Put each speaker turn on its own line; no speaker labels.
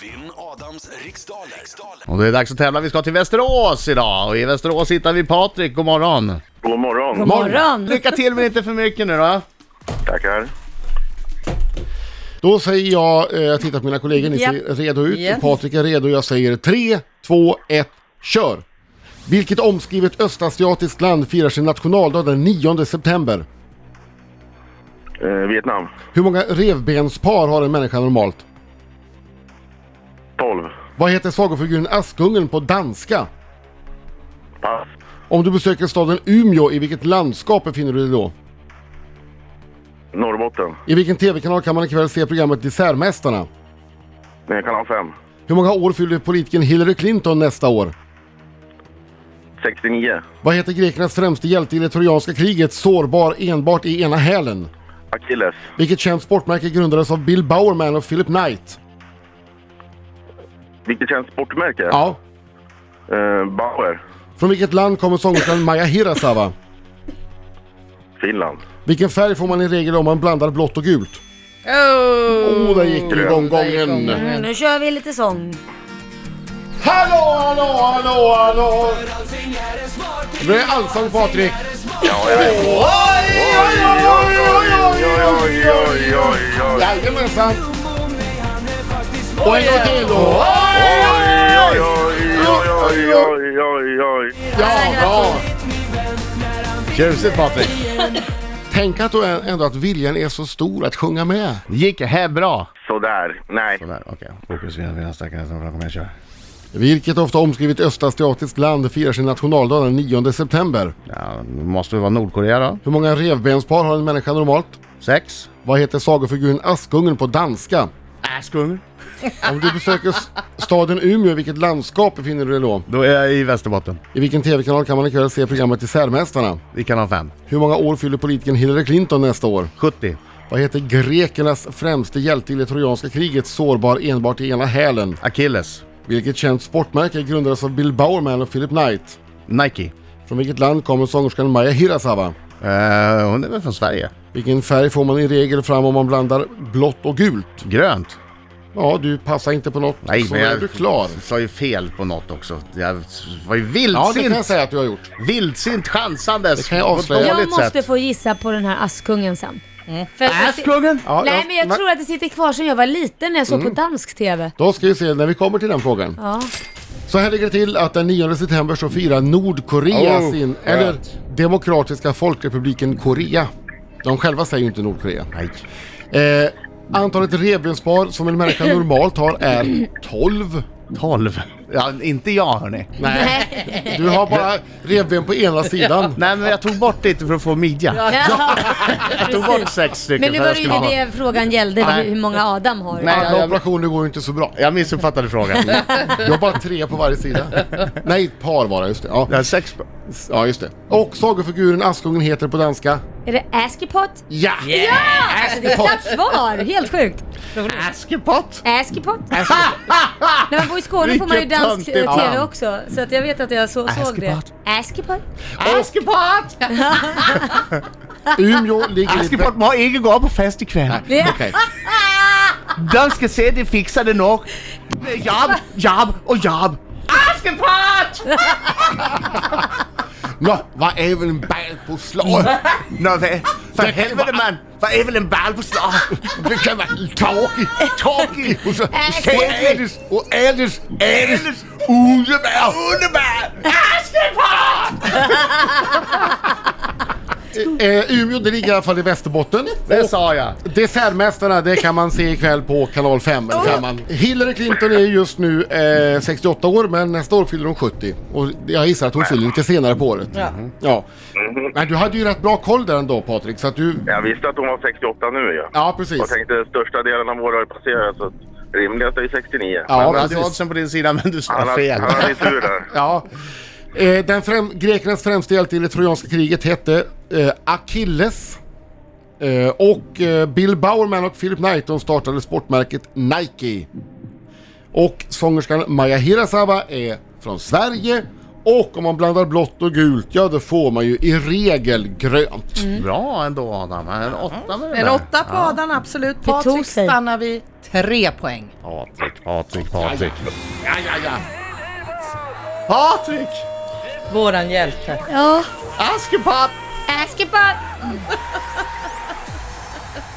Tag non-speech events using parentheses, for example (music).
Vinn Adams riksdaler. riksdaler.
Och det är dags att tävla. Vi ska till Västerås idag. Och i Västerås hittar vi Patrik. God morgon.
God morgon.
God morgon!
Lycka till men inte för mycket nu då.
Tackar.
Då säger jag, eh, jag tittar på mina kollegor, ni
Ja.
ser redo ut,
Yes.
Patrik är redo, jag säger 3, 2, 1, kör! Vilket omskrivet östasiatiskt land firar sin nationaldag den 9 september?
Eh, Vietnam.
Hur många revbenspar har en människa normalt?
12.
Vad heter sagofiguren Askungen på danska?
Pass.
Om du besöker staden Umeå, i vilket landskap befinner du dig då?
Norrbotten.
I vilken TV-kanal kan man ikväll se programmet Dessertmästarna?
Eh, Kanal 5.
Hur många år fyller politikern Hillary Clinton nästa år?
69.
Vad heter grekernas främste hjälte i det trojanska kriget, sårbar enbart i ena hälen?
Achilles.
Vilket känt sportmärke grundades av Bill Bowerman och Philip Knight?
Vilket känns sportmärke?
Ja.
Eh, Bauer.
Från vilket land kommer sångerskan Maja Hirasawa?
Finland.
Vilken färg får man i regel om man blandar blått och gult?
Oh,
Oh, där gick du igång gången!
Mm, nu kör vi lite sång.
Hallå, hallå, hallå, hallå! Nu blir det allsång Patrik!
Ja, jag vet. Oj, oj, oj, oj, oj, oj, oj.
Jajamensan! Och en gång till då!
Oj, oj, oj, oj, oj, oj.
Ja, bra!
Tjusigt Patrik.
Tänk att då är- ändå att viljan är så stor att sjunga med.
Det gick här bra.
Sådär. Nej.
Sådär, okej. Fokus vinner vinner stackare som framkommer. Jag kör.
Vilket ofta omskrivet östasiatiskt land firar sin nationaldag den 9 september.
Ja, det måste väl vara Nordkorea då.
Hur många revbenspar har en människa normalt?
Sex.
Vad heter sagofiguren Askungen på danska? Äh,
Askungen.
Om du besöker s- staden Umeå, i vilket landskap befinner du dig då?
Då är jag i Västerbotten.
I vilken TV-kanal kan man ikväll se programmet Isärmästarna?
I kanal 5.
Hur många år fyller politikern Hillary Clinton nästa år?
70.
Vad heter grekernas främste hjälte i det trojanska kriget, sårbar enbart i ena hälen?
Achilles.
Vilket känt sportmärke grundades av Bill Bowerman och Philip Knight?
Nike.
Från vilket land kommer sångerskan Maja Hirasawa?
Eh, hon är väl från Sverige?
Vilken färg får man i regel fram om man blandar blått och gult?
Grönt.
Ja, du passar inte på något,
Nej,
så
men
är du
jag
klar.
sa ju fel på något också. Jag var ju
Ja, det kan jag
vildsint,
säga att du har gjort.
vildsint chansandes.
Det kan jag
på ett
avslöja.
dåligt
Jag måste
sätt.
få gissa på den här Askungen sen. För att-
Askungen!
Ja,
Nej men jag
men-
tror att det sitter kvar sen jag var liten när jag såg på dansk TV.
Då ska vi se när vi kommer till den frågan.
Ja.
Så här ligger det till att den 9 september så firar Nordkorea
Oh,
sin,
skönt.
eller Demokratiska folkrepubliken Korea. De själva säger ju inte Nordkorea.
Nej.
Eh, antalet revbenspar som en människa normalt har är 12.
12. Ja, inte jag hörni.
Nej, du har bara revben på ena sidan.
Nej men jag tog bort lite för att få midja.
Ja.
Jag tog bort sex stycken
Men nu
för
var
jag
det ju
skulle ha-
det frågan gällde,
Nej.
hur många Adam har.
Nej.
Alla operationer går ju inte så bra.
Jag missuppfattade frågan.
(laughs) Jag har bara tre på varje sida. Nej, ett par bara, just det. Ja,
Jag har sex...
ja just det. Och sagofiguren Askungen heter på danska?
Är det Askepott?
Ja!
Exakt svar! Helt sjukt.
Askepott!
Askepott. När man bor i Skåne får man ju
Vilket
dansk eh,
töntigt
TV
namn.
också. Så att jag vet att jag så, såg det.
Askepott.
Askepott.
Askepott!
Umeå ligger i...
Askepott må ikke gå på fest ikväll.
Ja.
Okej.
De ska se de fixar det nog. Jobb, jobb och jobb. Askepott!
Nå, vad är väl en bäl på slag?
Mm. Nå, vad- för helvete man. Vad är väl en ball på slag?
Det kan vara tråkigt.
Tråkig!
Och så
Sädis.
Sädis och Ädis, Ädis,
Ädis.
Underbär.
Underbar! Askepott!
Eh, Umeå, det ligger i alla fall i Västerbotten.
Det sa jag.
Dessertmästarna, det kan man se ikväll på kanal 5. eller Kan man. Hillary Clinton är just nu eh, 68 år, men nästa år fyller hon 70. Och jag gissar att hon fyller lite senare på året. Ja. ja.
Mhm.
Men du hade ju rätt bra koll där ändå Patrik, så att du...
Jag visste att hon var 68 nu ja.
Ja,
Jag
precis.
tänkte största delen av våra har passerat så rimligast är ju 69.
Ja,
Du hade
precis.
oddsen på din sida men du
Han
sa
hade-
fel.
han hade ju tur där.
Ja. Eh, den främ, grekernas främste hjälte i det trojanska kriget hette eh, Achilles. Eh, och eh, Bill Bowerman och Philip Knight de startade sportmärket Nike. Och sångerskan Maja Hirasawa är från Sverige Och om man blandar blått och gult, ja då får man ju i regel grönt.
Mm. Bra ändå Adam. En åtta med det
En
där.
åtta på Adam, absolut.
tog
Patrik
sig.
stannar vid tre poäng.
Patrik, Patrik, Patrik. Ja, ja, ja. Patrik!
Våran hjälte.
(laughs) Ja.
Askepott!
Askepott!